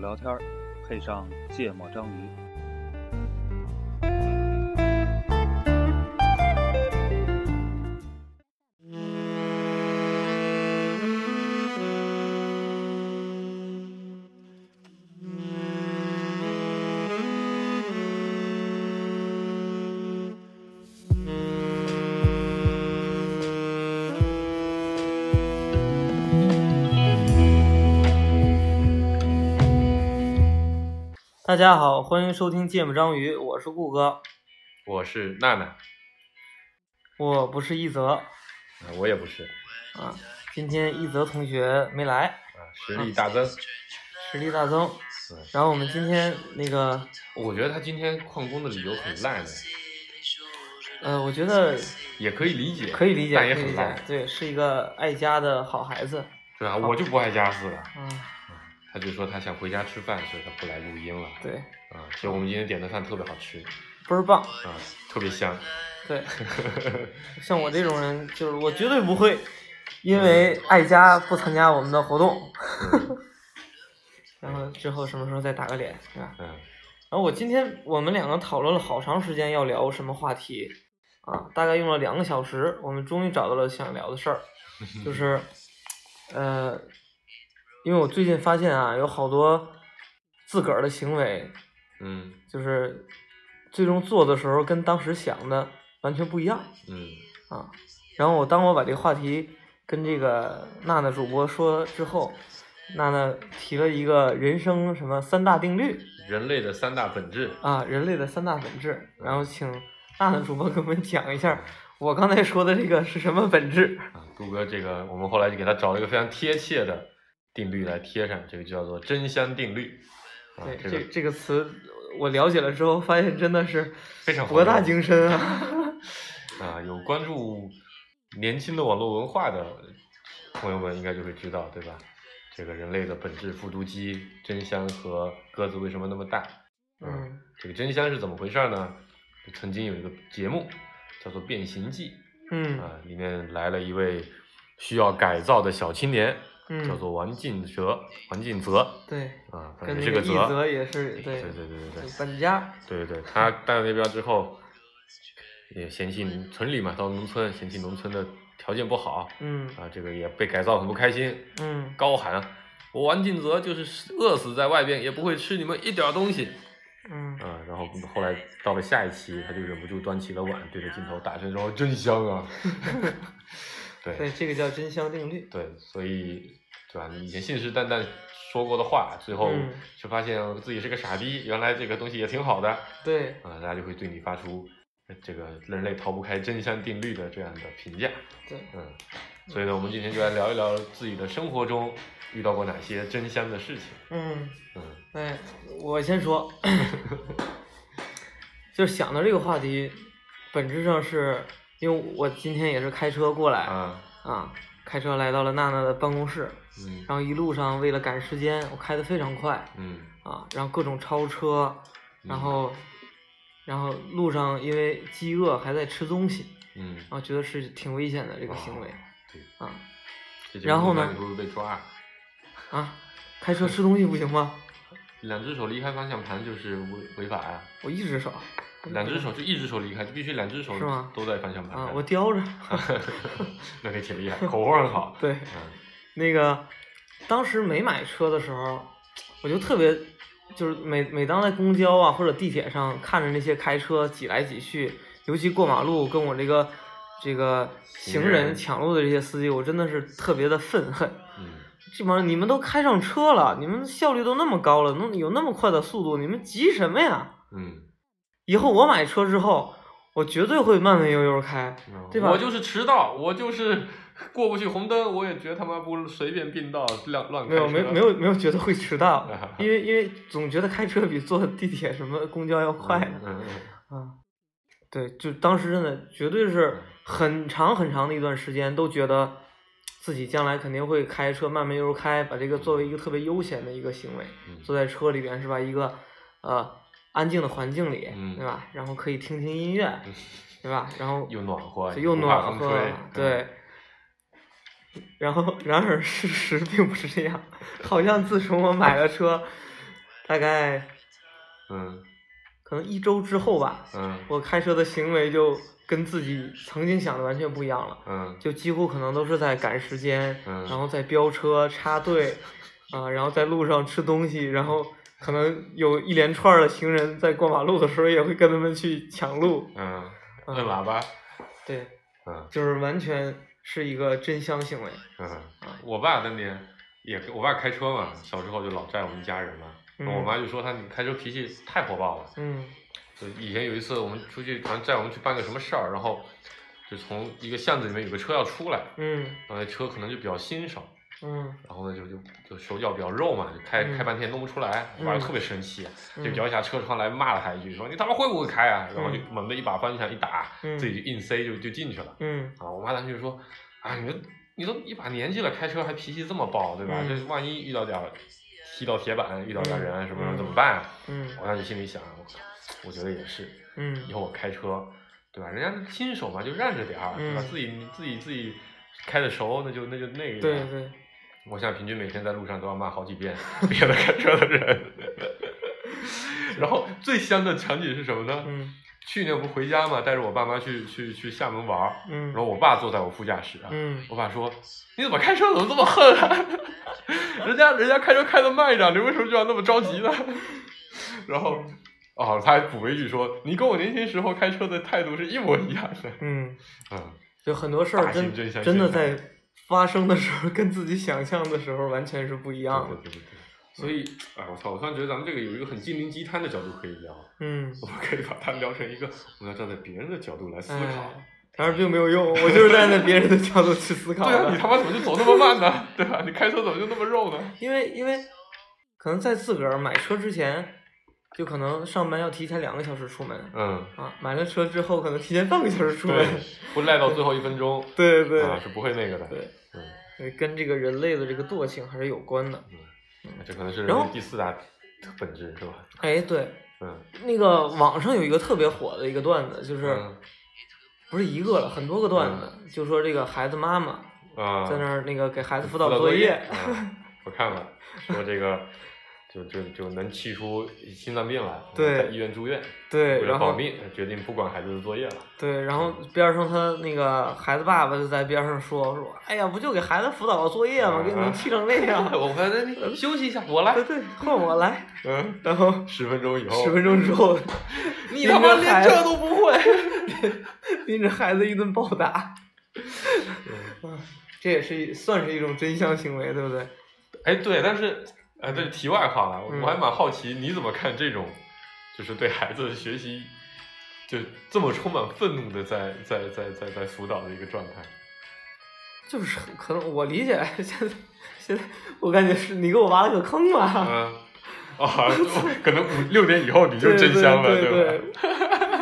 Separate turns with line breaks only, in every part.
聊天，配上芥末章鱼。
大家好，欢迎收听《芥末章鱼》，我是顾哥，
我是娜娜，
我不是一泽啊。
啊我也不是
今天一泽同学没来，
啊，实力大增。
实力大增。
嗯，
然后我们今天那个，
呃我觉得他今天旷工的理由很烂的，
呃，我觉得
也可以理解，
可以理解，
但
可以
也
理
很
解
烂，，
对，是一个爱家的好孩子。
对啊，我就不爱加四了。
嗯，
他就说他想回家吃饭，所以他不来录音了。
对，
啊，其实我们今天点的饭特别好吃，
倍儿棒。
啊，特别香。
对，像我这种人，就是我绝对不会因为爱家不参加我们的活动，
嗯
然后之后什么时候再打个脸，对吧？
嗯，
然后我今天我们两个讨论了好长时间要聊什么话题，啊，大概用了两个小时，我们终于找到了想聊的事儿，就是，呃，因为我最近发现啊，有好多自个儿的行为，
嗯
就是最终做的时候跟当时想的完全不一样
嗯
啊。然后我当我把这个话题跟这个娜娜主播说之后，娜娜提了一个人生什么三大定律，
人类的三大本质。
啊，人类的三大本质，然后请大的主播给我们讲一下我刚才说的这个是什么本质。
啊，杜哥这个，我们后来就给他找了一个非常贴切的定律来贴上，这个就叫做真香定律。啊
对，，
这
这
个
这个词我了解了之后，发现真的是
非常
博大
精。
精深啊。
啊，有关注年轻的网络文化的朋友们应该就会知道，对吧？这个人类的本质复读机、真香和鸽子为什么那么大？
嗯，
这个真香是怎么回事呢？就曾经有一个节目叫做《变形记》
嗯
啊，里面来了一位需要改造的小青年，叫
嗯，
做王进哲、王进泽
对，
啊，反
跟
正
那
是
个一
泽。
泽也是对
对对对对对。
本家，
对对对，他到了那边之后，也嫌弃农村里嘛，到农村嫌弃农村的条件不好
嗯
啊，这个也被改造很不开心，
嗯
高喊我王进泽就是饿死在外边，也不会吃你们一点儿东西
嗯
啊。然后后来到了下一期，他就忍不住端起了碗，对着镜头大声说：“真香 啊！”
对，这个叫真香定律。
对，所以对吧？你以前信誓旦旦说过的话，最后
嗯
却发现自己是个傻逼，原来这个东西也挺好的。
对，
啊，大家就会对你发出呃这个人类逃不开真相定律的这样的评价。
对，
嗯，所以呢，我们今天就来聊一聊自己的生活中遇到过哪些真香的事情。
嗯。
嗯
哎，我先说， 就是想到这个话题，本质上是因为我今天也是开车过来
啊
啊，开车来到了娜娜的办公室，
嗯
然后一路上为了赶时间，我开得非常快
嗯
啊，然后各种超车，然
嗯
后，然后路上因为饥饿还在吃东西，
嗯，
然后觉得是挺危险的这个行为
对，
啊
这节
然
目
后
一般
呢
你会不会被抓？
啊，开车吃东西不行吗？
两只手离开方向盘就是违违法呀、
我一只手，
两只手就一只手离开，就必须两只手
嗯是吗
都在方向盘上。
啊，我叼着，
那你挺厉害，口活很好。
对。
嗯
那个当时没买车的时候，我就特别就是每每当在公交啊或者地铁上看着那些开车挤来挤去，尤其过马路跟我这个这个行
行
人
人
抢路的这些司机，我真的是特别的愤恨。
嗯
这帮人，你们都开上车了，你们效率都那么高了，能有那么快的速度，你们急什么呀？
嗯
以后我买车之后，我绝对会慢慢悠悠开。
嗯
对吧
我就是迟到，我就是过不去红灯，我也绝他妈不随便并道，乱乱开
没有，没
车
没有，没有觉得会迟到，因为因为总觉得开车比坐地铁什么公交要快
嗯嗯
啊。对，就当时真的绝对是很长很长的一段时间都觉得自己将来肯定会开车慢慢悠悠开，把这个作为一个特别悠闲的一个行为，
嗯
坐在车里边是吧？一个呃安静的环境里，
嗯
对吧？然后可以听听音乐，对吧？然后
嗯，又暖和，
就又
不怕
暖
风
和
吹，嗯
对。然后，然而事实并不是这样。好像自从我买了车，大概
嗯
可能一周之后吧，
嗯
我开车的行为就跟自己曾经想的完全不一样了，
嗯
就几乎可能都是在赶时间，
嗯
然后在飙车插队，啊、然后在路上吃东西，然后可能有一连串儿的行人在过马路的时候也会跟他们去抢路，
嗯，
嗯
摁喇叭，
对，
嗯
就是完全是一个真香行为，
嗯，我爸当年也跟，我爸开车嘛，小时候就老载我们家人嘛，
嗯
我妈就说他你开车脾气太火爆了。
嗯
就以前有一次我们出去，好像载我们去办个什么事儿，然后就从一个巷子里面有个车要出来，
嗯
然后那车可能就比较新手，
嗯
然后呢就就就手脚比较肉嘛，就开、
嗯
开半天弄不出来，我爸
嗯
就特别生气，啊就
嗯
摇下车窗来骂了他一句，说你他妈会不会开啊？然后就
嗯
猛地一把方向一打，
嗯
自己就硬塞就就进去了。
嗯
啊，我妈当时就说，啊，你都你都一把年纪了，开车还脾气这么暴，对吧？
嗯
这万一遇到点儿踢到铁板，遇到点儿人什么什
嗯
么怎么办啊？
嗯
我当时心里想，我靠，我觉得也是，
嗯
以后我开车，对吧？人家新手嘛，就让着点儿，对吧？
嗯
自己自己自己开的熟，那就那就那个。
对。对，
我现在平均每天在路上都要骂好几遍 别的开车的 人。然后最香的场景是什么呢？
嗯
去年不回家嘛，带着我爸妈去去去厦门玩儿，
嗯
然后我爸坐在我副驾驶啊，
嗯
我爸说：“你怎么开车怎么这么恨啊？ 人家人家开车开的慢一点，你为什么就要那么着急呢？” 然后，哦，他还补了一句说：“你跟我年轻时候开车的态度是一模一样的。
嗯，”
嗯，
就很多事儿
大型
真
真相
真的
现象
在发生的时候跟自己想象的时候完全是不一样
对
的。
对对对对。所以，哎，我操！我突然觉得咱们这个有一个很心灵鸡汤的角度可以聊，啊
嗯，
我们可以把它聊成一个我们要站在别人的角度来思考。
哎，然而并没有用，我就是站在别人的角度去思考
对啊，你
的，
他妈怎么就走那么慢呢？ 对吧？你开车怎么就那么肉呢？
因为因为可能在自个儿买车之前，就可能上班要提前两个小时出门
嗯，
啊，买了车之后可能提前半个小时出门
对，， 不赖到最后一分 钟，
对对
啊，是不会那个的。
对
嗯。
对，呃跟这个人类的这个惰性还是有关的。
这可能是
然后
第四大本质是吧？
哎，对，
嗯，
那个网上有一个特别火的一个段子，就是。
嗯
不是一个了，很多个段子，就说这个孩子妈妈
啊，
在那儿那个给孩子辅
辅
导
导
作
业，
业，
啊我看了，说这个就就就能气出心脏病来，
对
在医院住院，
对，
为了
然后
保命，决定不管孩子的作业了，
对，然后边上他那个孩子爸爸就在边上说说，哎呀，不就给孩子辅导作业吗？
啊
给你们气成那样，
我反正休息一下，我来
对，对，换我来。
嗯，
然后
十分钟以后，
十分钟之后，
你他妈连这都不会，
拎着孩子一顿暴打，
嗯
这也是一算是一种真相行为，对不对？
哎，对，但是哎，这是题外话了，我
嗯
我还蛮好奇你怎么看这种，就是对孩子的学习。就这么充满愤怒的在在在在在辅导的一个状态，
就是很可能我理解， 现在现在我感觉是你给我挖了个坑吧。
嗯，啊，可能五六点以后你就
对
真香了，
对
吧？
对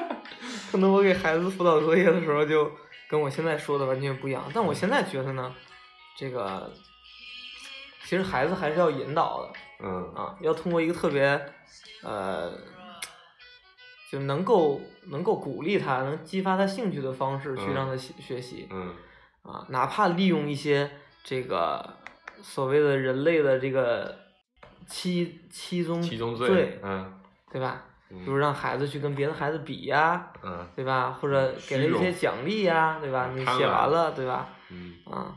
可能我给孩子辅导作业的时候，就跟我现在说的完全不一样。但我现在觉得呢，这个其实孩子还是要引导的
嗯
啊，要通过一个特别呃，就能够能够鼓励他，能激发他兴趣的方式去
嗯
让他学学习
嗯
啊，哪怕利用一些这个所谓的人类的这个七七宗
七宗
罪
罪，，嗯
对吧？
嗯
就是让孩子去跟别的孩子比呀、
嗯
对吧？或者给他
虚
一
荣嗯
些奖励呀、对吧？你
贪
写
婪
完了，对吧？
嗯
啊、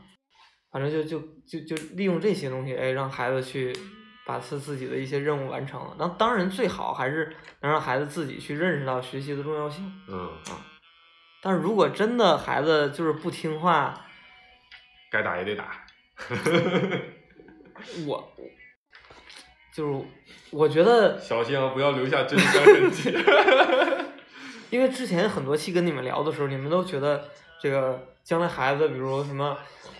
反正就就就就利用这些东西，哎，让孩子去把他自己的一些任务完成了。那当然最好还是能让孩子自己去认识到学习的重要性。
嗯，
但是如果真的孩子就是不听话，
该打也得打，
我就是我觉得，
小心啊，不要留下真香痕迹。
因为之前很多期跟你们聊的时候，你们都觉得这个将来孩子，比如什么。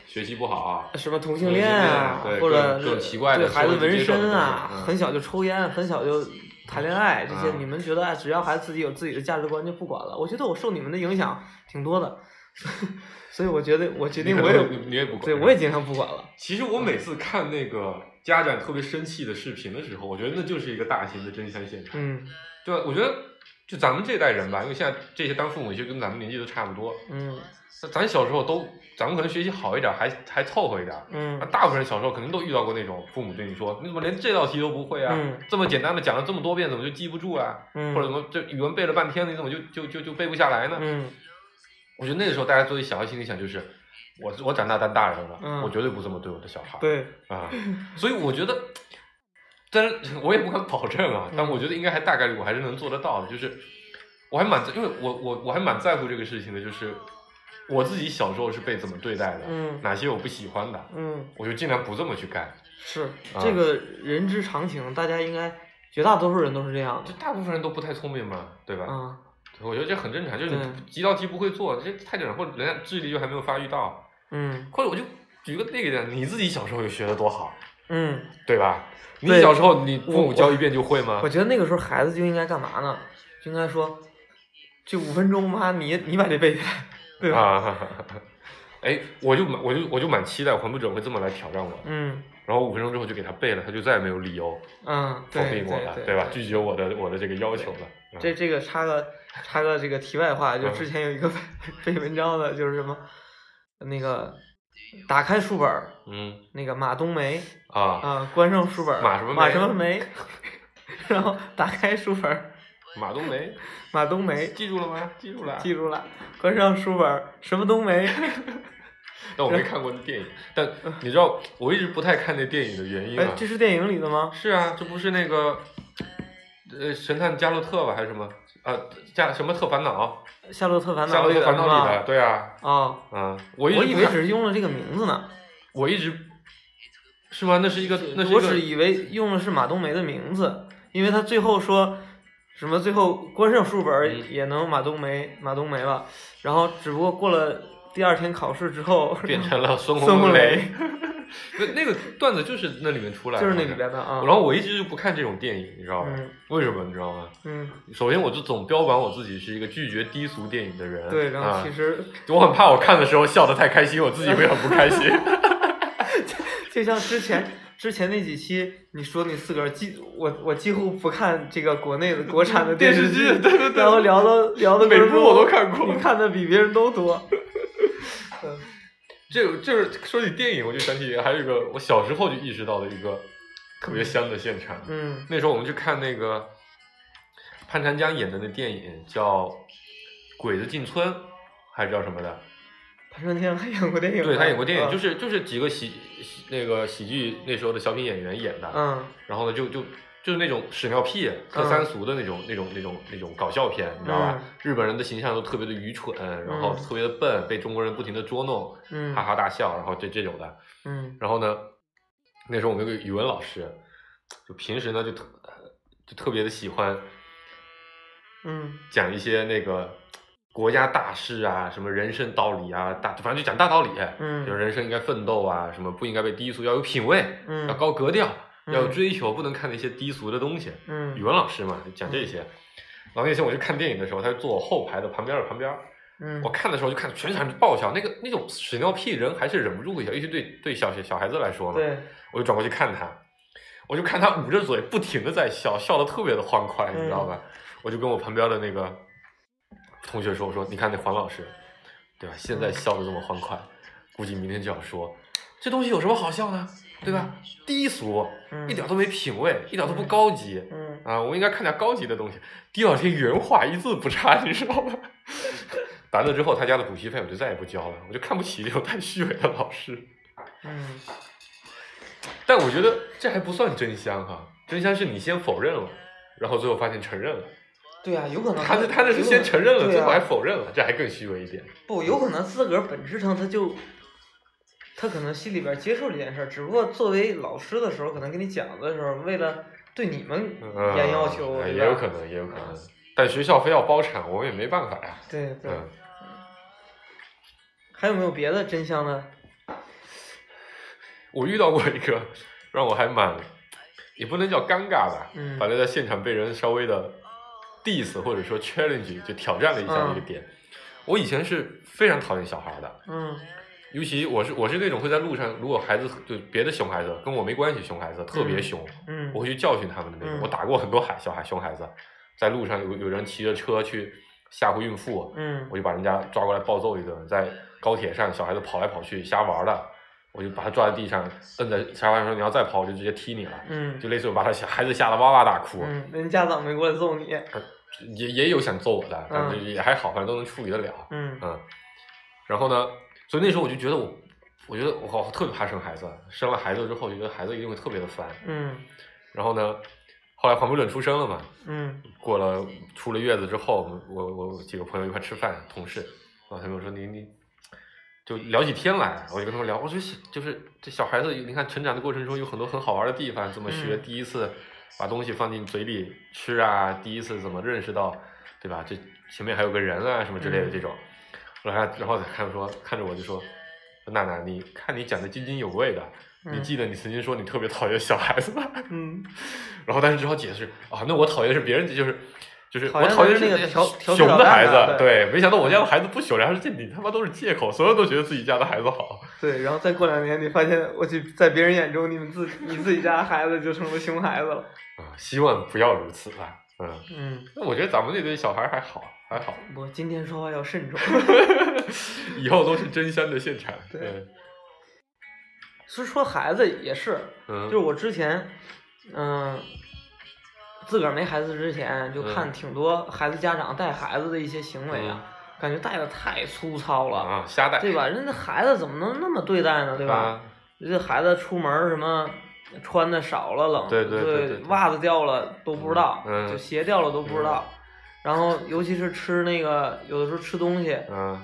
学习不好 啊，
什么同性恋啊
同性恋，对
或者
各种各种奇怪的
对孩子纹身啊
社会不接受的东西嗯，
很小就抽烟，很小就谈恋爱，这些
嗯
你们觉得哎只要孩子自己有自己的价值观就不管了。我觉得我受你们的影响挺多的， 所以我觉得我决定
你可
我
能
也
你你也不管，
对我也。尽量不管了。
其实我每次看那个家长特别生气的视频的时候，我觉得那就是一个大型的真相现场。
嗯
对吧，我觉得就咱们这代人吧，因为现在这些当父母其实跟咱们年纪都差不多。
嗯
那咱小时候都，咱们可能学习好一点，还还凑合一点。那
嗯
大部分人小时候肯定都遇到过那种父母对你说：“你怎么连这道题都不会啊？
嗯
这么简单的讲了这么多遍，怎么就记不住啊？
嗯，
或者怎么这语文背了半天，你怎么就就就就背不下来呢？”
嗯
我觉得那个时候大家作为小孩心里想就是，我我长大当大人了，
嗯
我绝对不这么对我的小孩。
对，
啊，
嗯
所以我觉得，但是我也不敢保证啊，但
嗯
我觉得应该还大概率我还是能做得到的，就是我还蛮在，因为我我我还蛮在乎这个事情的，就是我自己小时候是被怎么对待的，
嗯
哪些我不喜欢的，
嗯
我就尽量不这么去干。
是
啊
这个人之常情，大家应该绝大多数人都是这样
就
的
大部分人都不太聪明嘛，对吧？
啊。
我觉得这很正常，就是你
对
几道题不会做，这太正常，或者人家智力就还没有发育到，
嗯
或者我就举个例子，你自己小时候有学的多好，
嗯，
对吧？你
对
小时候你父母
我
教一遍就会吗
我？觉得那个时候孩子就应该干嘛呢？就应该说，就五分钟，妈你你把这背下来， 对吧？
啊，哎，我就蛮我就我就蛮期待还不准会这么来挑战我，
嗯
然后五分钟之后就给他背了，他就再也没有理由
嗯，
否
对
定我了，
对
吧？拒绝我的我的这个要求了。嗯
这这个插个插个这个题外话，就
嗯
之前有一个背文章的，就是什么那个打开书本儿，
嗯
那个马冬梅
啊，
啊，关上书本儿，
马什么梅
马什么梅，然后打开书本儿，
马 冬梅，
马冬梅，
记住了吗？记住了。
哎记住了，关上书本儿，什么冬 梅，
但我
嗯
没看过那电影，但你知道我一直不太看那电影的原因
哎
啊，？
这是电影里的吗？
是啊，这不是那个呃神探加洛特吧，还是什么啊加什么特烦恼？
《夏洛特烦
加
恼》
洛
里的
特烦恼里的，
吗？
对啊，
哦，
啊，我
我
一直
以
不
为
看
只是用了这个名字呢，
我一直是吗？那是一个，那是一
我只
个
以为用的是马冬梅的名字，因为他最后说什么最后关上书本儿
嗯
也能马冬梅马冬梅了，然后只不过过了第二天考试之后
变成了孙
孙
红
红
雷
雷。
那那个段子就是那里面出来的，
就是那里边的啊
然，后我一直就不看这种电影，你知道吗？
嗯
为什么你知道吗？
嗯，
首先，我就总标榜我自己是一个拒绝低俗电影的人。
对，然后
啊
其、实
我很怕我看的时候笑得太开心，我自己会很不开心。
就像之前之前那几期你说你自个儿几我我几乎不看这个国内的国产的
电
电
视
视
剧对对对
然后聊的聊的
每部我都看过
你看的比别人都多，
这个就是说起电影，我就想起还有一个我小时候就意识到的一个特别香的现场。
嗯
那时候我们去看那个潘长江演的那电影叫《鬼子进村》，还是叫什么的？
潘长江还演过电影吗，
对他演过电影，
啊
就是就是几个喜喜那个喜剧那时候的小品演员演的，
嗯
然后呢就就就是那种屎尿屁、特三俗的那种、那种那种那种搞笑片，你知道吧？
嗯
日本人的形象都特别的愚蠢，然后
嗯
特别的笨，被中国人不停的捉弄，
嗯
哈哈大笑，然后这这种的，
嗯
然后呢，那时候我们有个语文老师，就平时呢就特就特别的喜欢
嗯
讲一些那个国家大事啊，什么人生道理啊，大反正就讲大道理，
嗯
就是人生应该奋斗啊，什么不应该被低俗，要有品位，
嗯
要高格调，
嗯
要有追求，不能看那些低俗的东西。
嗯
语文老师嘛，就讲这些。然后那天我去看电影的时候，他就坐我后排的旁边的旁边儿，
嗯
我看的时候就看全场就爆笑，那个那种屎尿屁人还是忍不住一下，尤其对对小小孩子来说嘛，
对，
我就转过去看他，我就看他捂着嘴不停的在笑，笑的特别的欢快，你知道吧？我就跟我旁边的那个同学说：“我说你看那黄老师，对吧？现在笑的这么欢快，估计明天就要说这东西有什么好笑呢？对吧？低俗，
嗯
一点都没品位，一点都不高级。
嗯
啊，我应该看点高级的东西。第二天原话一字不差，你知道吗？ 完了之后，他家的补习费我就再也不交了，我就看不起这种太虚伪的老师。
嗯
但我觉得这还不算真香哈、真香是你先否认了，然后最后发现承认了。
对啊，有可能
他这他这是
有可
先
能
承认了，
对
最后还
啊
否认了，这还更虚伪一点。
不有可能自个儿本质上他就。他可能心里边接受这件事儿，只不过作为老师的时候，可能跟你讲的时候，为了对你们
嗯，
严要求，
哎
对
也有
吧
可能，也有可能。但学校非要包产，我们也没办法呀、
对对。
嗯，
还有没有别的真相呢？
我遇到过一个让我还蛮，也不能叫尴尬吧，
嗯
反正在现场被人稍微的 diss 或者说 challenge 就挑战了一下
嗯
这个点。我以前是非常讨厌小孩的，
嗯
尤其我是我是那种会在路上，如果孩子就别的熊孩子跟我没关系，熊孩子特别
嗯
凶，
嗯
我会去教训他们的那种。
嗯
我打过很多孩小孩熊孩子，在路上有有人骑着车去吓唬孕妇，
嗯
我就把人家抓过来暴揍一顿，在高铁上小孩子跑来跑去瞎玩的，我就把他抓在地上，摁在沙发上说你要再跑我就直接踢你了，
嗯
就类似我把他小孩子吓得哇哇大哭，
嗯，人家长没过来揍你，
也也有想揍我的，但是也还好，反正都能处理得了。
嗯
嗯，然后呢，所以那时候我就觉得我，我觉得我好特别怕生孩子，生了孩子之后就觉得孩子一定会特别的烦。
嗯
然后呢，后来黄不准出生了嘛，
嗯
过了出了月子之后，我我我几个朋友一块吃饭，同事，然后他们说你你就聊起天来，我就跟他们聊，我说小就是这小孩子，你看成长的过程中有很多很好玩的地方，怎么学，
嗯
第一次把东西放进嘴里吃啊，第一次怎么认识到，对吧？这前面还有个人啊什么之类的
嗯
这种，然后他然后他看说看着我就说，娜娜，你看你讲的津津有味的，你
嗯
记得你曾经说你特别讨厌小孩子吗？
嗯，
然后但是只好解释啊，那我讨厌的是别人，就是就是
讨
我
厌
讨厌
的是那个调调皮
熊
捣
的
蛋
孩
的
子，对，没想到我家的孩子不熊，然后这你他妈都是借口，所有人都觉得自己家的孩子好，
对，然后再过两年，你发现我去，在别人眼中，你们自你自己家孩子就成了熊孩子了，
啊，希望不要如此吧，嗯，
嗯，
那我觉得咱们那堆小孩还好，还好，
我今天说话要慎 重。
以后都是真香的现产，
对
对，
其实说孩子也是，
嗯，
就是我之前，嗯、自个儿没孩子之前，就看
嗯
挺多孩子家长带孩子的一些行为啊，感觉带的太粗糙了，
啊，瞎带，
对吧？人家孩子怎么能那么对待呢？对吧？
啊？
人家孩子出门儿什么穿的少了冷，
对对对对对
袜子掉了都不知道，
嗯
就鞋掉了都不知道。然后，尤其是吃那个，有的时候吃东西，
嗯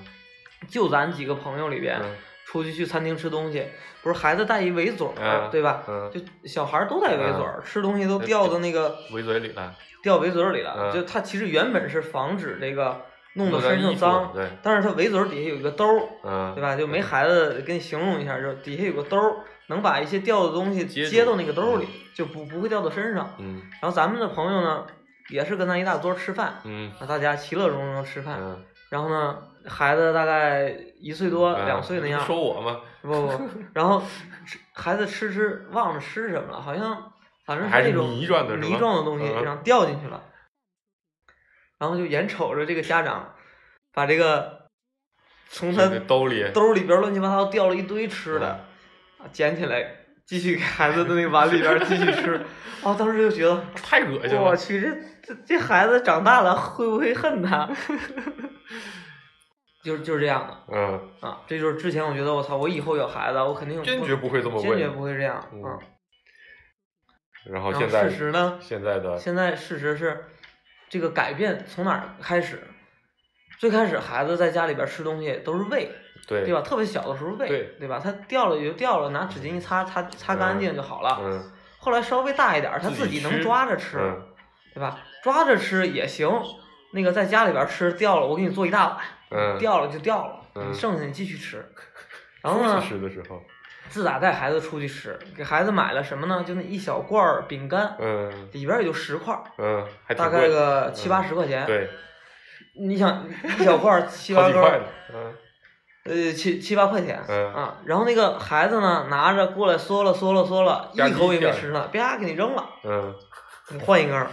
就咱几个朋友里边，
嗯
出去去餐厅吃东西，不是孩子带一围嘴儿，
嗯
对吧？
嗯，
就小孩儿都带围嘴儿，吃东西都掉到那个
围嘴里了，
掉围嘴儿里了。
嗯
就它其实原本是防止这个弄到
到
身上
衣服
脏，
对，
但是它围嘴儿底下有一个兜儿，
嗯，
对吧？就没孩子给你形容一下，就底下有个兜儿，能把一些掉的东西
接住
接到那个兜儿里，就不不会掉到身上。
嗯
然后咱们的朋友呢，也是跟咱一大桌儿吃饭，
嗯
啊，大家其乐融融吃饭。
嗯，
然后呢，孩子大概一岁多、
嗯
两岁那样
不，说我吗？
不不 不，然后吃孩子吃吃忘了吃什么了，好像反正
还是
那种
泥状的是吧
泥状的东西，
嗯
然后掉进去了，然后就眼瞅着这个家长把这个从他
那兜里，
兜里边乱七八糟掉了一堆吃的，
嗯
啊捡起来继续给孩子的那个碗里边继续 吃，哦，当时就觉得
太恶心
我
了，
去，这这这孩子长大了会不会恨他？ 就是就是这样的
嗯。
啊，这就是之前我觉得我操，我以后有孩子，我肯定不
坚决不会这么
坚决
问。
不会这样。
嗯
嗯，
然后
然
现
后
在呃
事实呢？
现在的
现在事实是，这个改变从哪儿开始？最开始孩子在家里边吃东西都是喂，
对
对吧？？特别小的时候喂，
对
对吧？他掉了也就掉了，拿纸巾一擦，擦擦干净就好了。
嗯
后来稍微大一点儿，他
自己
己能
吃
抓着吃，
嗯
对吧？抓着吃也行。那个在家里边吃掉了，我给你做一大碗，
嗯，
掉了就掉了，
嗯
你剩下你继续 吃。然后呢？
出去吃的时候，
自打带孩子出去吃，给孩子买了什么呢？就那一小罐儿饼干，
嗯
里边儿也就十块儿，
嗯，还挺
大
贵嗯
概个七八十块钱。，
对，
你想一小罐儿七
好
八
几
根
块
儿，
呢，嗯
呃，七七八块钱、
嗯
啊。然后那个孩子呢，拿着过来嗦了嗦了嗦了，
吧唧
一口也
一下
没吃呢，啪给你扔了，
嗯，
换一根儿。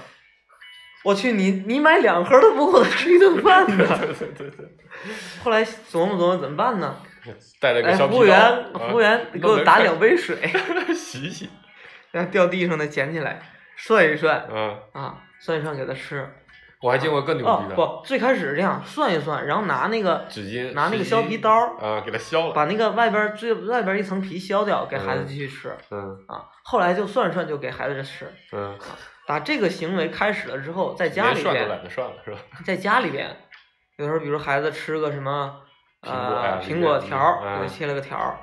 我去你，你买两盒都不够他吃一顿饭
对
的。
对对对，
后来琢磨琢磨怎么办呢？
带了
哎
个，小皮
服务员，
包
服务员，
嗯
给我
弄
打
点
两杯水，
嗯 洗洗，
然后掉地上的捡起来，涮一涮，
嗯，
啊，算一算给他吃。
我还见过更牛
哦
逼，的，
不，最开始是这样算一算，然后拿那个
纸巾
拿那个
湿
削
巾
皮刀儿
啊，给它削了，
把那个外边儿最外边儿一层皮削掉，给孩子
嗯
继续吃、
嗯
啊。后来就算算，就给孩子吃。
嗯，
打这个行为开始了之后，在家
连
里
涮都懒
边，
得涮了是吧？
在家里边，有时候比如孩子吃个什么
苹果呀
呃
里
苹
边
果
嗯
条儿，
嗯
给他切了个条儿，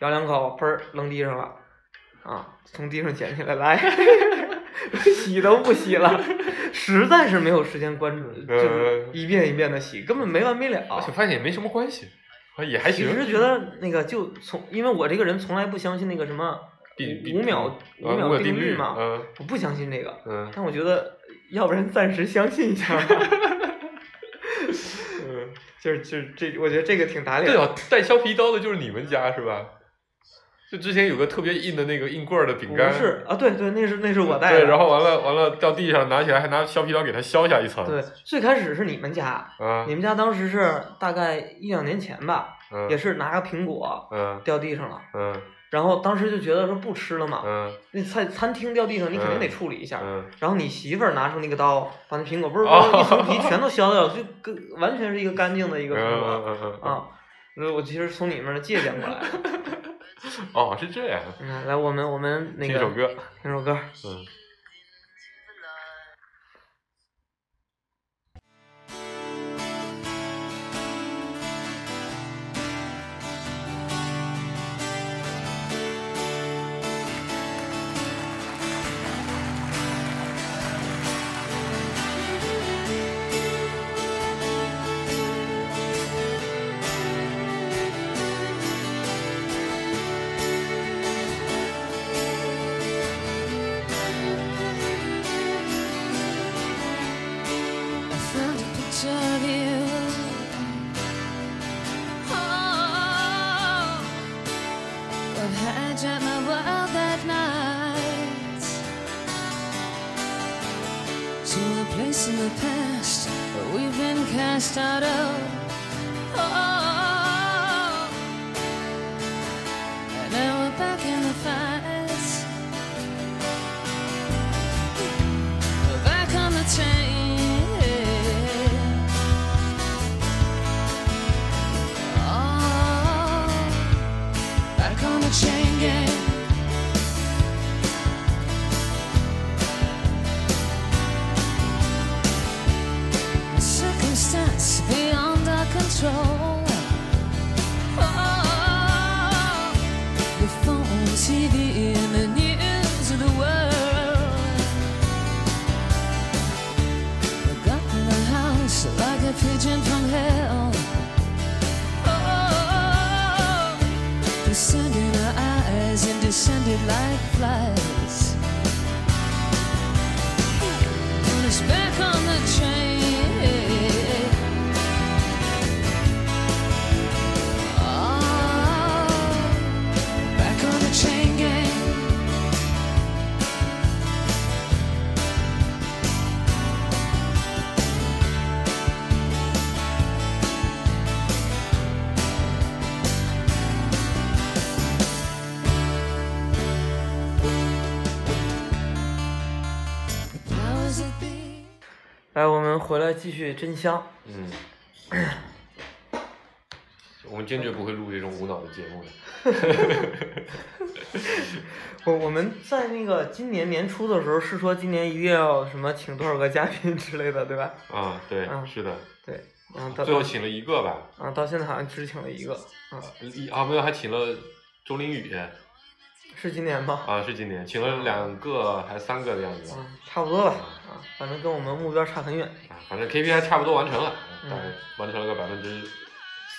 咬两口，嘣儿扔地上了，啊，从地上捡起来来。 洗都不洗了，实在是没有时间关注，就是
嗯
一遍一遍的洗，根本没完没了。
而且发现也没什么关系，啊也还
哦其
行，
实觉得那个就从，因为我这个人从来不相信那个什么
必必
五秒五
啊
秒定
定
律嘛，
嗯
我不相信这个，
嗯
但我觉得要不然暂时相信一下吧，
嗯。
就是就是这，我觉得这个挺打脸
对啊
的。
啊，带削皮刀的就是你们家是吧？就之前有个特别硬的那个硬棍儿的饼干，
不是啊，对对，那是那是我带的。
对，然后完了完了掉地上拿起来还拿削皮刀给它削下一层，
对，最开始是你们家，
啊，
你们家当时是大概一两年前吧，
嗯
也是拿个苹果
嗯
掉地上了，
嗯
然后当时就觉得说不吃了嘛，
嗯
那菜餐厅掉地上你肯定得处理一下。
嗯，
然后你媳妇儿拿出那个刀，把那苹果不 是
哦
不是一层皮全都削掉，就跟完全是一个干净的一
嗯
个苹果
嗯嗯嗯，
啊。那我其实从你们那儿借鉴过来的。
哦，是这样，
嗯，来，我们我们那
听
个
一首，歌，
听首歌。
嗯。
I found a picture of you. Oh, what hijacked my world that night to a place in the past that we've been cast out of. Oh, and now we're back in the fight. back on the train. Oh, back on the train gang. The circumstance beyond our control. Oh, the phone, TV, and the news of the world got in the house like a pigeon from hell. Oh, descending our eyes and descended like flies. Put us back on the train. Oh, back on the train gang. Powers that be.
来，我们回来继续真香。
嗯，我们坚决不会录这种无脑的节目的。
我我们在那个今年年初的时候是说今年一定要什么请多少个嘉宾之类的，对吧？
啊，对，
嗯
是的，
对，嗯，到
最后请了一个吧，
啊，到现在好像只请了一个，啊，
一啊没有，还请了周林宇
是今年吗？
啊，是今年请了两个还是三个的样子
啊，差不多吧，啊，反正跟我们目标差很远。
啊，反正 KPI 差不多完成了，
嗯
大概完成了个百分之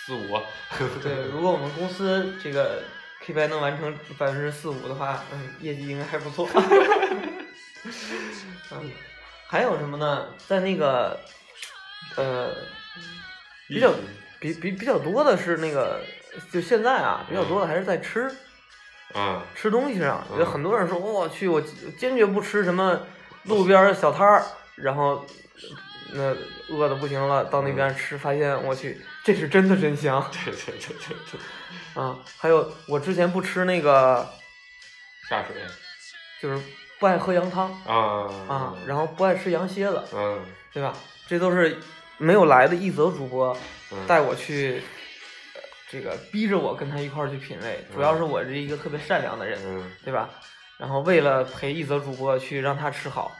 四五，啊
对，如果我们公司这个 KPI 能完成百分之四五的话，嗯，业绩应该还不错。嗯，还有什么呢？在那个，呃，比较比比比较多的是那个，就现在啊，比较多的还是在吃、
啊，
吃东西上，
嗯
有很多人说我去，我坚决不吃什么路边儿小摊儿，然后。那饿的不行了，到那边吃，发现我去，这是真的真香。
对对对对对，
啊，还有我之前不吃那个，
下水
就是不爱喝羊汤
啊
啊，然
后
后不爱吃羊蝎子，
嗯
对吧？这都是没有来的一则主播
嗯
带我去，呃这个逼着我跟他一块儿去品味。主要是我是一个特别善良的人，
嗯
对吧？然后为了陪一则主播去让他吃好，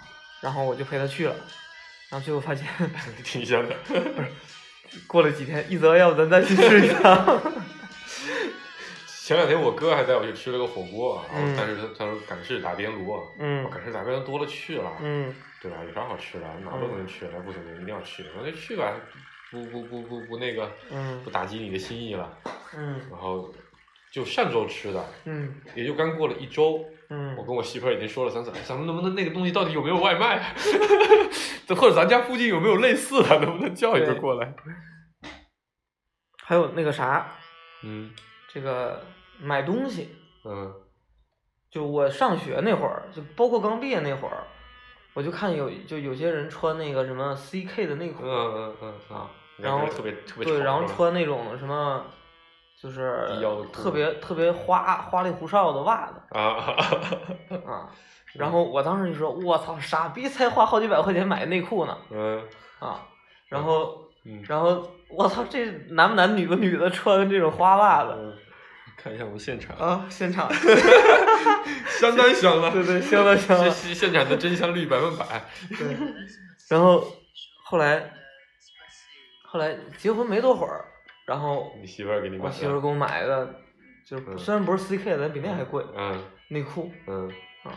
然后我就陪他去了。然后最后发现，
挺香的，
过了几天，一则要不咱再去吃一趟？
前两天我哥还带我去吃了个火锅，啊然后
嗯
但是他他说港式打边炉，
嗯
我港式打边炉多了去了，
嗯，
对啊吧？有啥好吃的？哪儿都能去，来不行一定要去。我说去吧，不不不不不那个，
嗯
不打击你的心意了。
嗯
然后就上周吃的，
嗯
也就刚过了一周，
嗯
我，跟我媳妇儿已经说了三次，哎咱们能不能那个东西到底有没有外卖？ 或者咱家附近有没有类似的？能不能叫一个
对
过来？
还有那个啥，
嗯
这个买东西，
嗯
就我上学那会儿，就包括刚毕业那会儿，我就看有就有些人穿那个什么 CK 的内
嗯
裤，
嗯嗯嗯啊，
然后
感觉特别特别
对，然后
潮
穿那种什么，就是
低腰的裤子
特别特别花花里胡哨的袜 子
啊 啊，
啊。然后我当时就说：“我操，傻逼才花好几百块钱买内裤呢
嗯
啊！”然后，
嗯，
然后我操，这男不男女不女的穿这种花袜子
嗯看一下我们现场，
啊，现 场
相当香了，
对对香了香了
现现场的真香率百分 百，
对，然后后来后来结婚没多会儿，然后
你媳妇儿给你买
我
的，
媳妇儿给我买的，就是
嗯
虽然不是 CK，但比那还贵
嗯
内裤
嗯，
啊。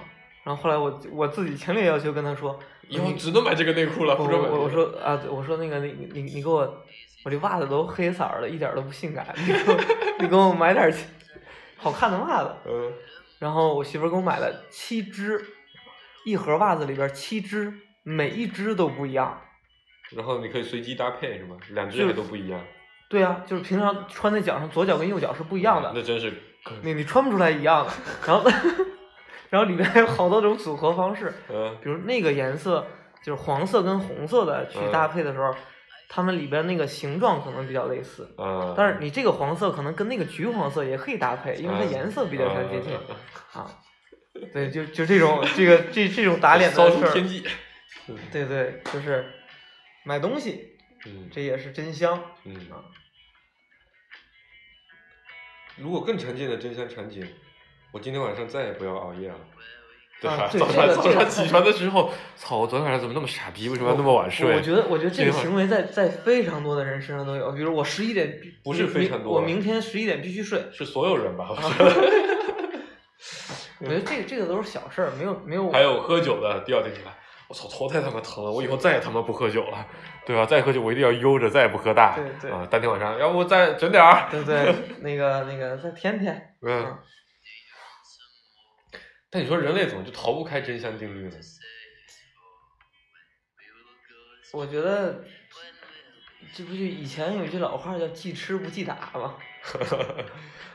然后后来我我自己强烈要求跟她说，
以后只能买这个内裤了，
我
不准买这个。
我我说啊，对我说那个你你你给我，我这袜子都黑色儿的，一点儿都不性感，你给我你给我买点儿好看的袜子。
嗯，
然后我媳妇儿给我买了七只，一盒袜子里边儿七只，每一只都不一样。
然后你可以随机搭配是吗？两只
就
还都不一样，
对啊，就是平常穿在脚上，左脚跟右脚是不一样
那
的，
真是，
你你穿不出来一样的。然后， 然后里面还有好多种组合方式，
嗯
比如那个颜色就是黄色跟红色的去
嗯
搭配的时候，它们里边那个形状可能比较类似，
啊，
但是你这个黄色可能跟那个橘黄色也可以搭配，因为它
嗯
颜色比较相接近
嗯嗯
啊。对，就就这种这个这这种打脸
骚
的
出
事
天
儿，
际，嗯
对对，就是买东西
嗯
这也是真香。
嗯
啊。
如果更常见的真香场景，我今天晚上再也不要熬夜了。对吧？
啊对
早上
这个
早
这个
上起床的时候，操！我昨天晚上怎么那么傻逼？为什么要那么晚睡？
我我觉得，我觉得这
这
个
个
行为在在非常多的人身上都有。比如我十一点必
不是
明
非常多嗯
我明天十一点必须睡。
是所有人吧？我
啊
觉得。
我觉得这个这个都是小事儿，没有没有。
还有喝酒的，第二天起来，我操，头太他妈疼了，我以后再也他妈不喝酒了，对吧？再喝酒我一定要悠着，再也不喝大。
对对
啊、当天晚上，要不再整点儿。
对不对？那个那个再舔舔，
嗯
嗯。
但你说人类怎么就逃不开真相定律呢？
我觉得这不就以前有一句老话叫“记吃不记打”吗？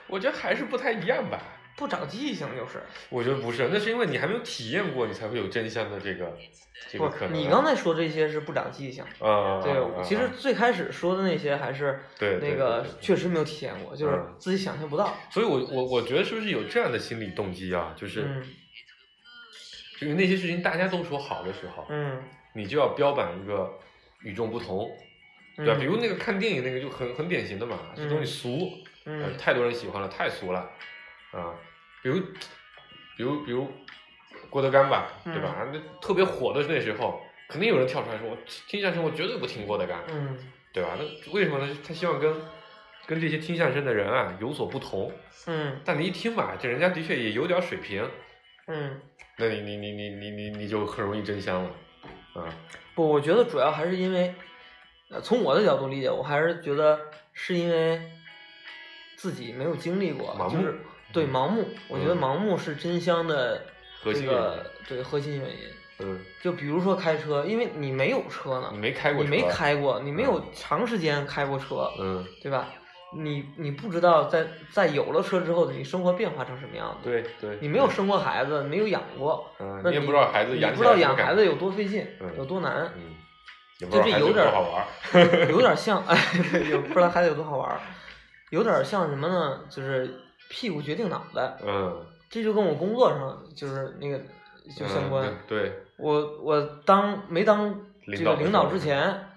我觉得还是不太一样吧。
不长记性就是。
我觉得不是，那是因为你还没有体验过，你才会有真相的这个这个可
不，
能。
你刚才说这些是不长记性。
啊，
对
啊，
其实最开始说的那些还是
对对
那个
对对对
确实没有体验过，就是
嗯
自己想象不到。
所以我我我觉得是不是有这样的心理动机啊？就是、
嗯
就是那些事情大家都说好的时候，
嗯，
你就要标榜一个与众不同，对吧？
嗯
比如那个看电影那个就很很典型的嘛，这东西俗，呃
嗯
太多人喜欢了，太俗了，啊，比如比如比如郭德纲吧，对
嗯
吧？那特别火的那时候，肯定有人跳出来说，我听相声我绝对不听郭德纲，
嗯
对吧？那为什么呢？他希望跟跟这些听相声的人啊有所不同，
嗯
但你一听吧，这人家的确也有点水平，
嗯。
那你你你你你你你就很容易真香了，啊，
不，我觉得主要还是因为，呃，从我的角度理解，我还是觉得是因为自己没有经历过，
盲
就
目嗯
是对盲目。我觉得盲目是真香的
核
这
心原因
个对核心原因。
嗯，
就比如说开车，因为你没有车呢
你，没开过
你
车，
没，开过，你没有
嗯
长时间开过车，
嗯，
对吧？你你不知道在在有了车之后，你生活变化成什么样子。
对对，
你没有生过孩子，没有养过，
嗯，
那
你也不知道孩子
你
养
不
起
知道
来什
养
么感
孩子
觉
有多费劲，
嗯
有多 难。
嗯，也不
就
知道
这
孩子
有点儿
多好玩儿，
有点像，哎，对有不知道孩子有多好玩儿，有点像什么呢？就是屁股决定脑袋，
嗯，
这就跟我工作上就是那个就相关。
嗯对，对
我我当没当这
领
个
导的
领
时
导
候
之前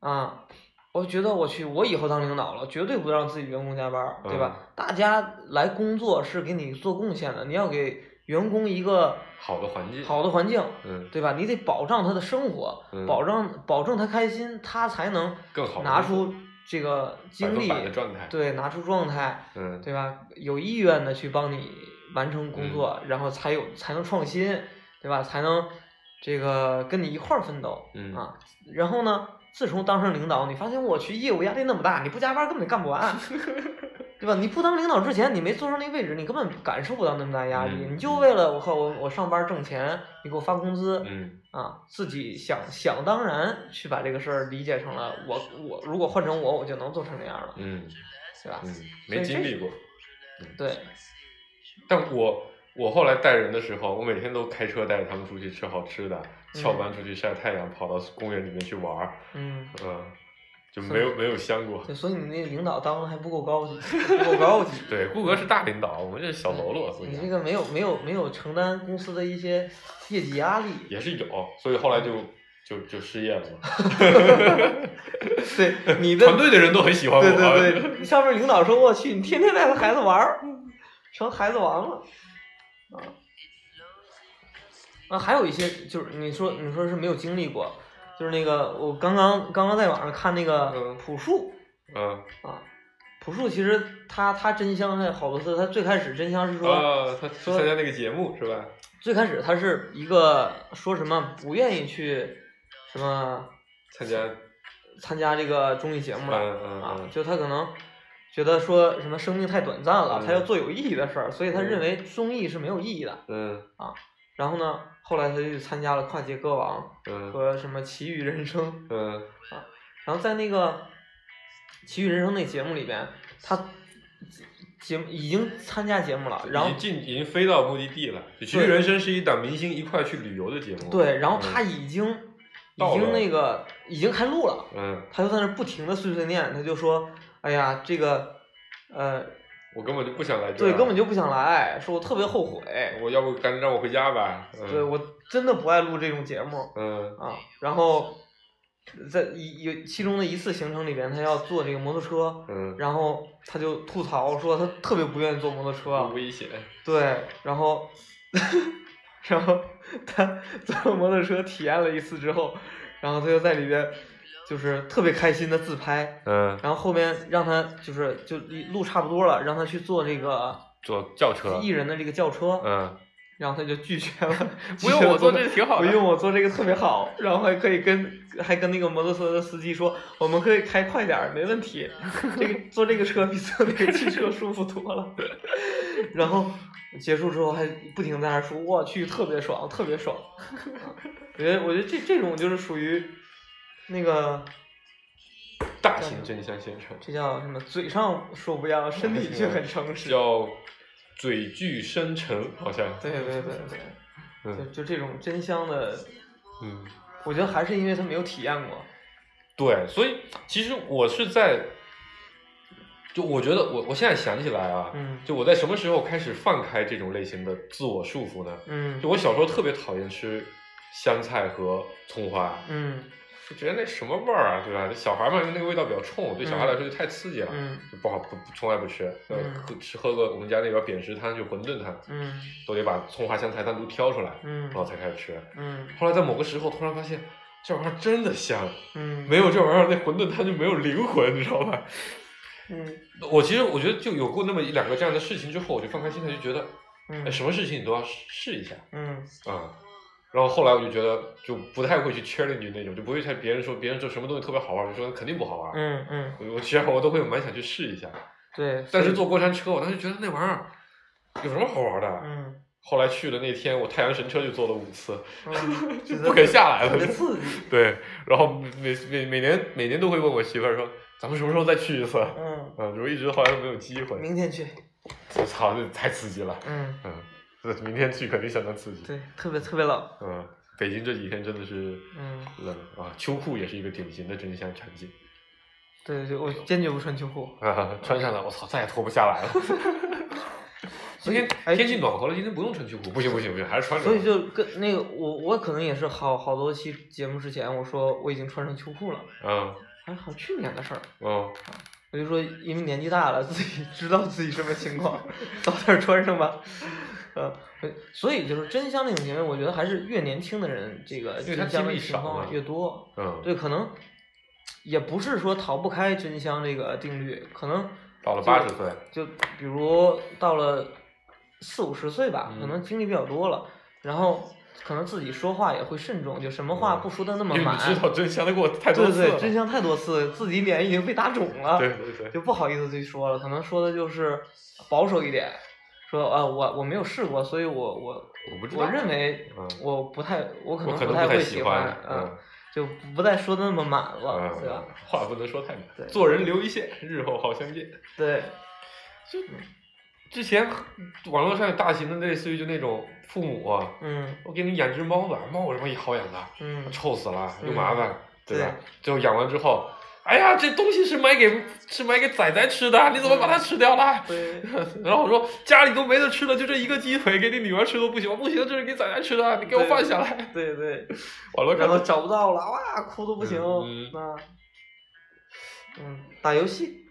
啊，我觉得我去，我以后当领导了，绝对不让自己员工加班儿，对
嗯
吧？大家来工作是给你做贡献的，你要给员工一个
好的环境，，
好的环境。
嗯，
对吧？你得保障他的生活，
嗯
保障保证他开心，他才能
更好地
拿出这个精力
百分，百的状态，，
对，拿出状态，
嗯，
对吧？有意愿的去帮你完成工作，
嗯
然后才有才能创新，对吧？才能这个跟你一块儿奋斗、
嗯
啊。然后呢，自从当上领导，你发现我去业务压力那么大，你不加班根本干不 完。对吧？你不当领导之前，你没坐上那位置，你根本感受不到那么大压力。
嗯
你就为了我靠，我我上班挣钱，你给我发工资，
嗯，
啊，自己想想当然去把这个事儿理解成了我我如果换成我，我就能做成那样了，
嗯，
对吧？
嗯，没经历过，
对，
但我我后来带人的时候，我每天都开车带着他们出去吃好吃的，翘班出去晒太阳，跑到公园里面去玩儿，
嗯，
嗯，就没有
是
没有香过。
对，所以你那领导当的还不够高级，不够高级。
对，顾哥是大领导，我们这是小喽啰，所以
你这个没有没有没有承担公司的一些业绩压力，
也是有，所以后来
嗯
就就就失业了 嘛。
对你的
团队的人都很喜欢我，啊
对对对，上面领导说我去，你天天带着孩子玩儿，成孩子王了，啊，啊，还有一些就是你说你说是没有经历过，就是那个我刚刚刚刚在网上看那个
嗯
朴树
嗯
啊，朴树其实他他真香还有好多次，他最开始真香是说、
啊，他去参加那个节目是吧？
最开始他是一个说什么不愿意去什么
参加，
参加这个综艺节
嗯
目了。
嗯
啊，
嗯，
就他可能觉得说什么生命太短暂了，
嗯
他要做有意义的事儿，所以他
嗯
认为综艺是没有意义的。
嗯
然后呢，后来他就参加了《跨界歌王》
嗯
和什么《奇遇人生》，
嗯
然后在那个《奇遇人生》那节目里边，他节目已经参加节目了，然后
已经进已经飞到目的地了。《奇遇
对
人生》是一档明星一块去旅游的节目。
对，然后他
嗯
已经、
到
已
了
经那个已经开录了，
嗯，
他就在那儿不停的碎碎念，他就说，哎呀，这个呃，
我根本就不想来这儿，
对，根本就不想来，说我特别后悔。
我要不赶紧让我回家吧。嗯
对，我真的不爱录这种节目
嗯
啊。然后在一有其中的一次行程里边，他要坐这个摩托车，
嗯，
然后他就吐槽说他特别不愿意坐摩托车啊
很，危险。
对，然后 然后他坐摩托车体验了一次之后，然后他就在里边就是特别开心的自拍。
嗯，
然后后面让他就是就路差不多了，让他去坐这个
坐轿车
艺。人的这个轿车，
嗯，，
然后他就拒绝了 拒
不用
绝了
我做
这
这个挺好
不
的。
用我做这个特别好， 然后还可以跟还跟那个摩托车的司机说，我们可以开快点儿，没问 题。这个坐这个车比坐那个汽车舒服多 了。然后结束之后还不停在那儿说，我去，特别爽，特别爽。我觉得，我觉得这这种就是属于那个
大型真相现场
这叫什么？嘴上说不要，身体却很诚实。
叫嘴具深沉，好像。
对对对对，就
嗯
就这种真香的，
嗯。
我觉得还是因为他没有体验过。
对，所以其实我是在，就我觉得我我现在想起来啊，
嗯
就我在什么时候开始放开这种类型的自我束缚呢？
嗯
就我小时候特别讨厌吃香菜和葱花，
嗯
就觉得那什么味儿啊，对吧？小孩嘛，那个味道比较冲，对小孩来说就太刺激了，
嗯
就不好不不从来不吃，呃
嗯
喝吃喝个我们家那边扁食摊就馄饨摊，
嗯
都得把葱花香菜单独挑出来，
嗯
然后才开始吃。
嗯
后来在某个时候突然发现，这玩意儿真的香。
嗯，
没有这玩意儿，那馄饨它就没有灵魂，你知道吧？
嗯
我其实我觉得就有过那么一两个这样的事情之后，我就放开心态，就觉得哎，
嗯
什么事情你都要试一下
嗯
啊、然后后来我就觉得就不太会去 challenge 那种，就不会像别人说别人说什么东西特别好玩，我就说肯定不好玩。
嗯嗯，
我我其实我都会蛮想去试一下，
对。
但
所
是
以
坐过山车，我当时觉得那玩意儿有什么好玩的？
嗯，
后来去的那天，我太阳神车就坐了五次，
嗯觉得
不肯下来
特别
了。
刺激。
对，然后每每每年每年都会问我媳妇儿说，咱们什么时候再去一次？
嗯，
嗯，如一直后来都没有机会。
明天去。
我操，这太刺激了。
嗯，
嗯，这明天去肯定相当刺激。
对，特别特别冷。
嗯，北京这几天真的是
嗯，
冷啊，秋裤也是一个典型的真相产品
对对对，我坚决不穿秋裤。
啊，穿上了，我操，再也脱不下来了。 今天
哎
天气暖和了，今天不用穿秋裤。不行不行不行，还是穿着吧。
所以就跟那个我我可能也是好好多期节目之前我说我已经穿上秋裤了，
嗯
还好像去年的事儿。
嗯，
我就说因为年纪大了，自己知道自己什么情况，早点穿上吧。呃，所以就是真香这种行为，我觉得还是越年轻的人，这个
对他
真香
经
的
历
情
少
况
嘛
越多。
嗯，
对，可能也不是说逃不开真香这个定律，可能
到了八十岁，
就比如到了四五十岁吧，可
嗯
能经历比较多了，然后可能自己说话也会慎重，就什么话
嗯
不说的那
因
么
为
满
你。知道真相的给我太多
对
次
对
了。
对，真香太多次，自己脸已经被打肿了。
对对对，
就不好意思去说了，可能说的就是保守一点，说啊我我没有试过，所以我我
我不知道
我认为
嗯
我不太我可
我
能
可
不
能
太
不太
会
喜
欢
欢，，
嗯，就不再说的那么满了，对吧
嗯？，话不能说太满
对，
做人留一线，日后好相见。
对，
之前网络上有大型的，类似于就那种父母啊，
嗯
我给你养只猫吧，猫有什么好养的？
嗯
臭死了，又
嗯
麻烦，对吧？最后养完之后，哎呀，这东西是买给是买给仔仔吃的，你怎么把它
嗯
吃掉了？
对，
然后我说家里都没得吃了，就这一个鸡腿，给你女儿吃都不行，不行，这是给仔仔吃的，你给我
对
放下来。
对对，
网络
然
看
后
到
找不到了，哇，哭的不行。
嗯
那，嗯，打游戏，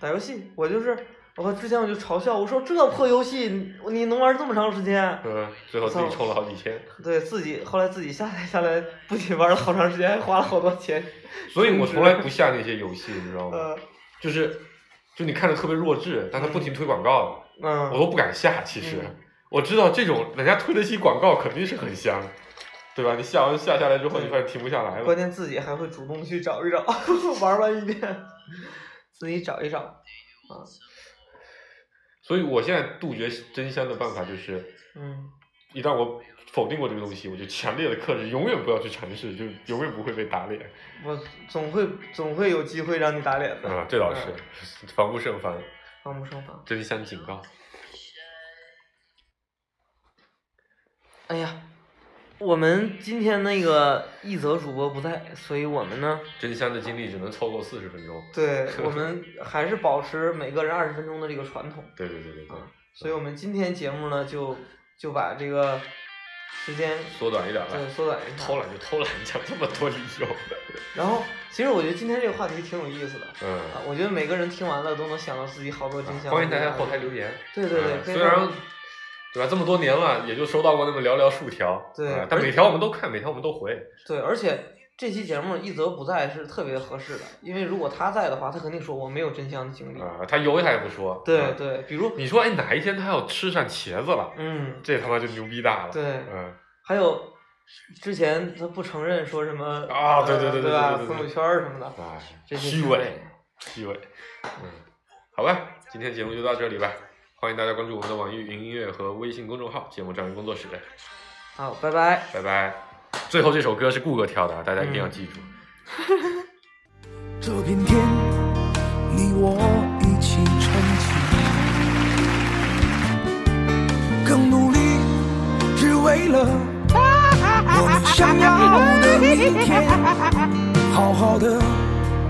打游戏，我就是我之前我就嘲笑我说这破游戏你你能玩这么长时间？
嗯，最后自己充了好 几千，
对自己后来自己下载下来，不仅玩了好长时间，还花了好多钱。
所以我从来不下那些游戏，你知道吗？
呃，
就是就你看着特别弱智，但他不停推广告，
嗯，
我都不敢下。其实、
嗯
我知道这种人家推得起广告肯定是很香，对吧？你下完下下来之后，
对
你发现停不下来
关
了。
键自己还会主动去找一找， 玩完一遍，自己找一找。
所以我现在杜绝真香的办法就是，
嗯，
一旦我否定过这个东西，我就强烈的克制，永远不要去尝试，就永远不会被打脸。
我总会总会有机会让你打脸的，
啊，这倒是，防不胜防，
防不胜防。
真香警告。
哎呀，我们今天那个一泽主播不在，所以我们 呢，
真香的经历只能凑够四十分钟。
对我们还是保持每个人二十分钟的这个传统，
对对对对对，
所以我们今天节目呢就就把这个时间
缩短一点
对
吧。
缩短一下
偷。懒就偷懒，讲这么多理由。
然后，其实我觉得今天这个话题挺有意思的。
嗯，
啊，我觉得每个人听完了都能想到自己好多真相。
欢迎大家后台留言。
对对对，
嗯
可以
虽
让
然对吧，这么多年了，也就收到过那么寥寥数条，
对
啊但每条我们都看，每条我们都回，
对，而且这期节目一泽不在是特别合适的，因为如果他在的话，他肯定说我没有真相的经历。
啊，他有他也不说，
嗯对
啊，
对，比如，
你说哎，哪一天他要吃上茄子了，
嗯，
这他妈就牛逼大了，
对
嗯，
还有之前他不承认说什么
啊对对
呃
对对
对吧？
对对对对
朋友圈儿什么的，
哎，
这些
虚
行
伪
为，
虚伪，嗯，好吧，今天节目就到这里吧，欢迎大家关注我们的网易云音乐和微信公众号“节目张云工作室
好，拜拜。”，
拜拜。最后这首歌是顾哥挑的，啊大家一定要记住。
这片天，你我一起撑起，更努力，只为了我们想要的明天。好好的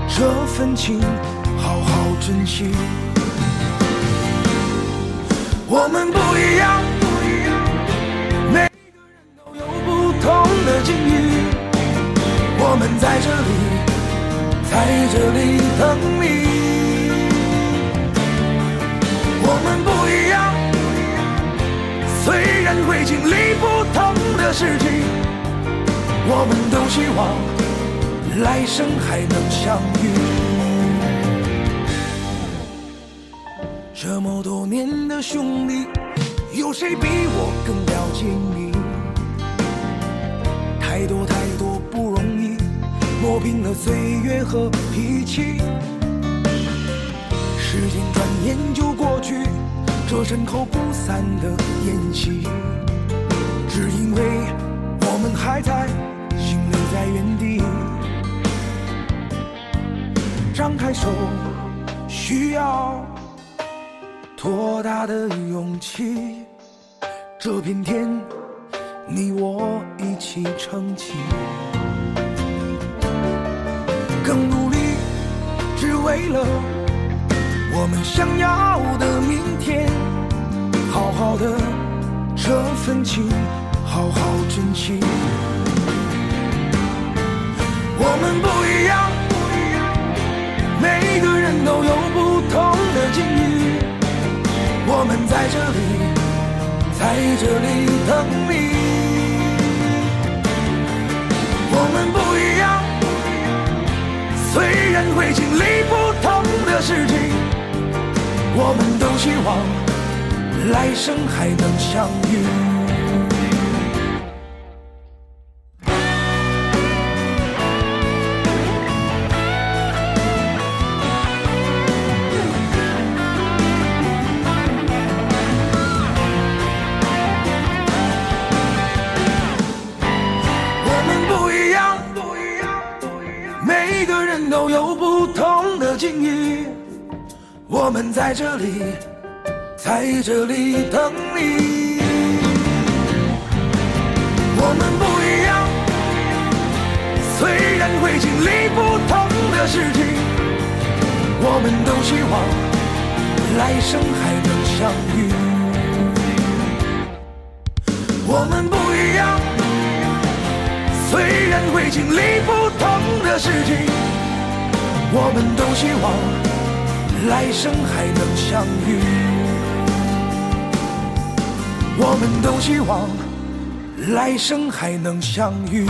这份情，好好珍惜。我们不一样，不一样，每个人都有不同的境遇。我们在这里。在这里等你。我们不一样，虽然会经历不同的事情，我们都希望来生还能相遇。这么多年的兄弟，有谁比我更了解你？太多太多不容易，磨平了岁月和脾气。时间转眼就过去，这身后不散的宴席，只因为我们还在，心留在原地。张开手，需要多大的勇气？这片天。你我一起撑起，更努力，只为了我们想要的明天。好好的这份情，好好珍惜。我们不一样，每个人都有不同的境遇。我们在这里。在这里等你。我们不一样，虽然会经历不同的事情，我们都希望来生还能相遇。我们不一样，每个人都有不同的境遇。我们在这里，在在这里等你。我们不一样，虽然会经历不同的事情，我们都希望来生还能相遇。我们不一样，虽然会经历不同的事情，我们都希望。来生还能相遇。我们都希望来生还能相遇。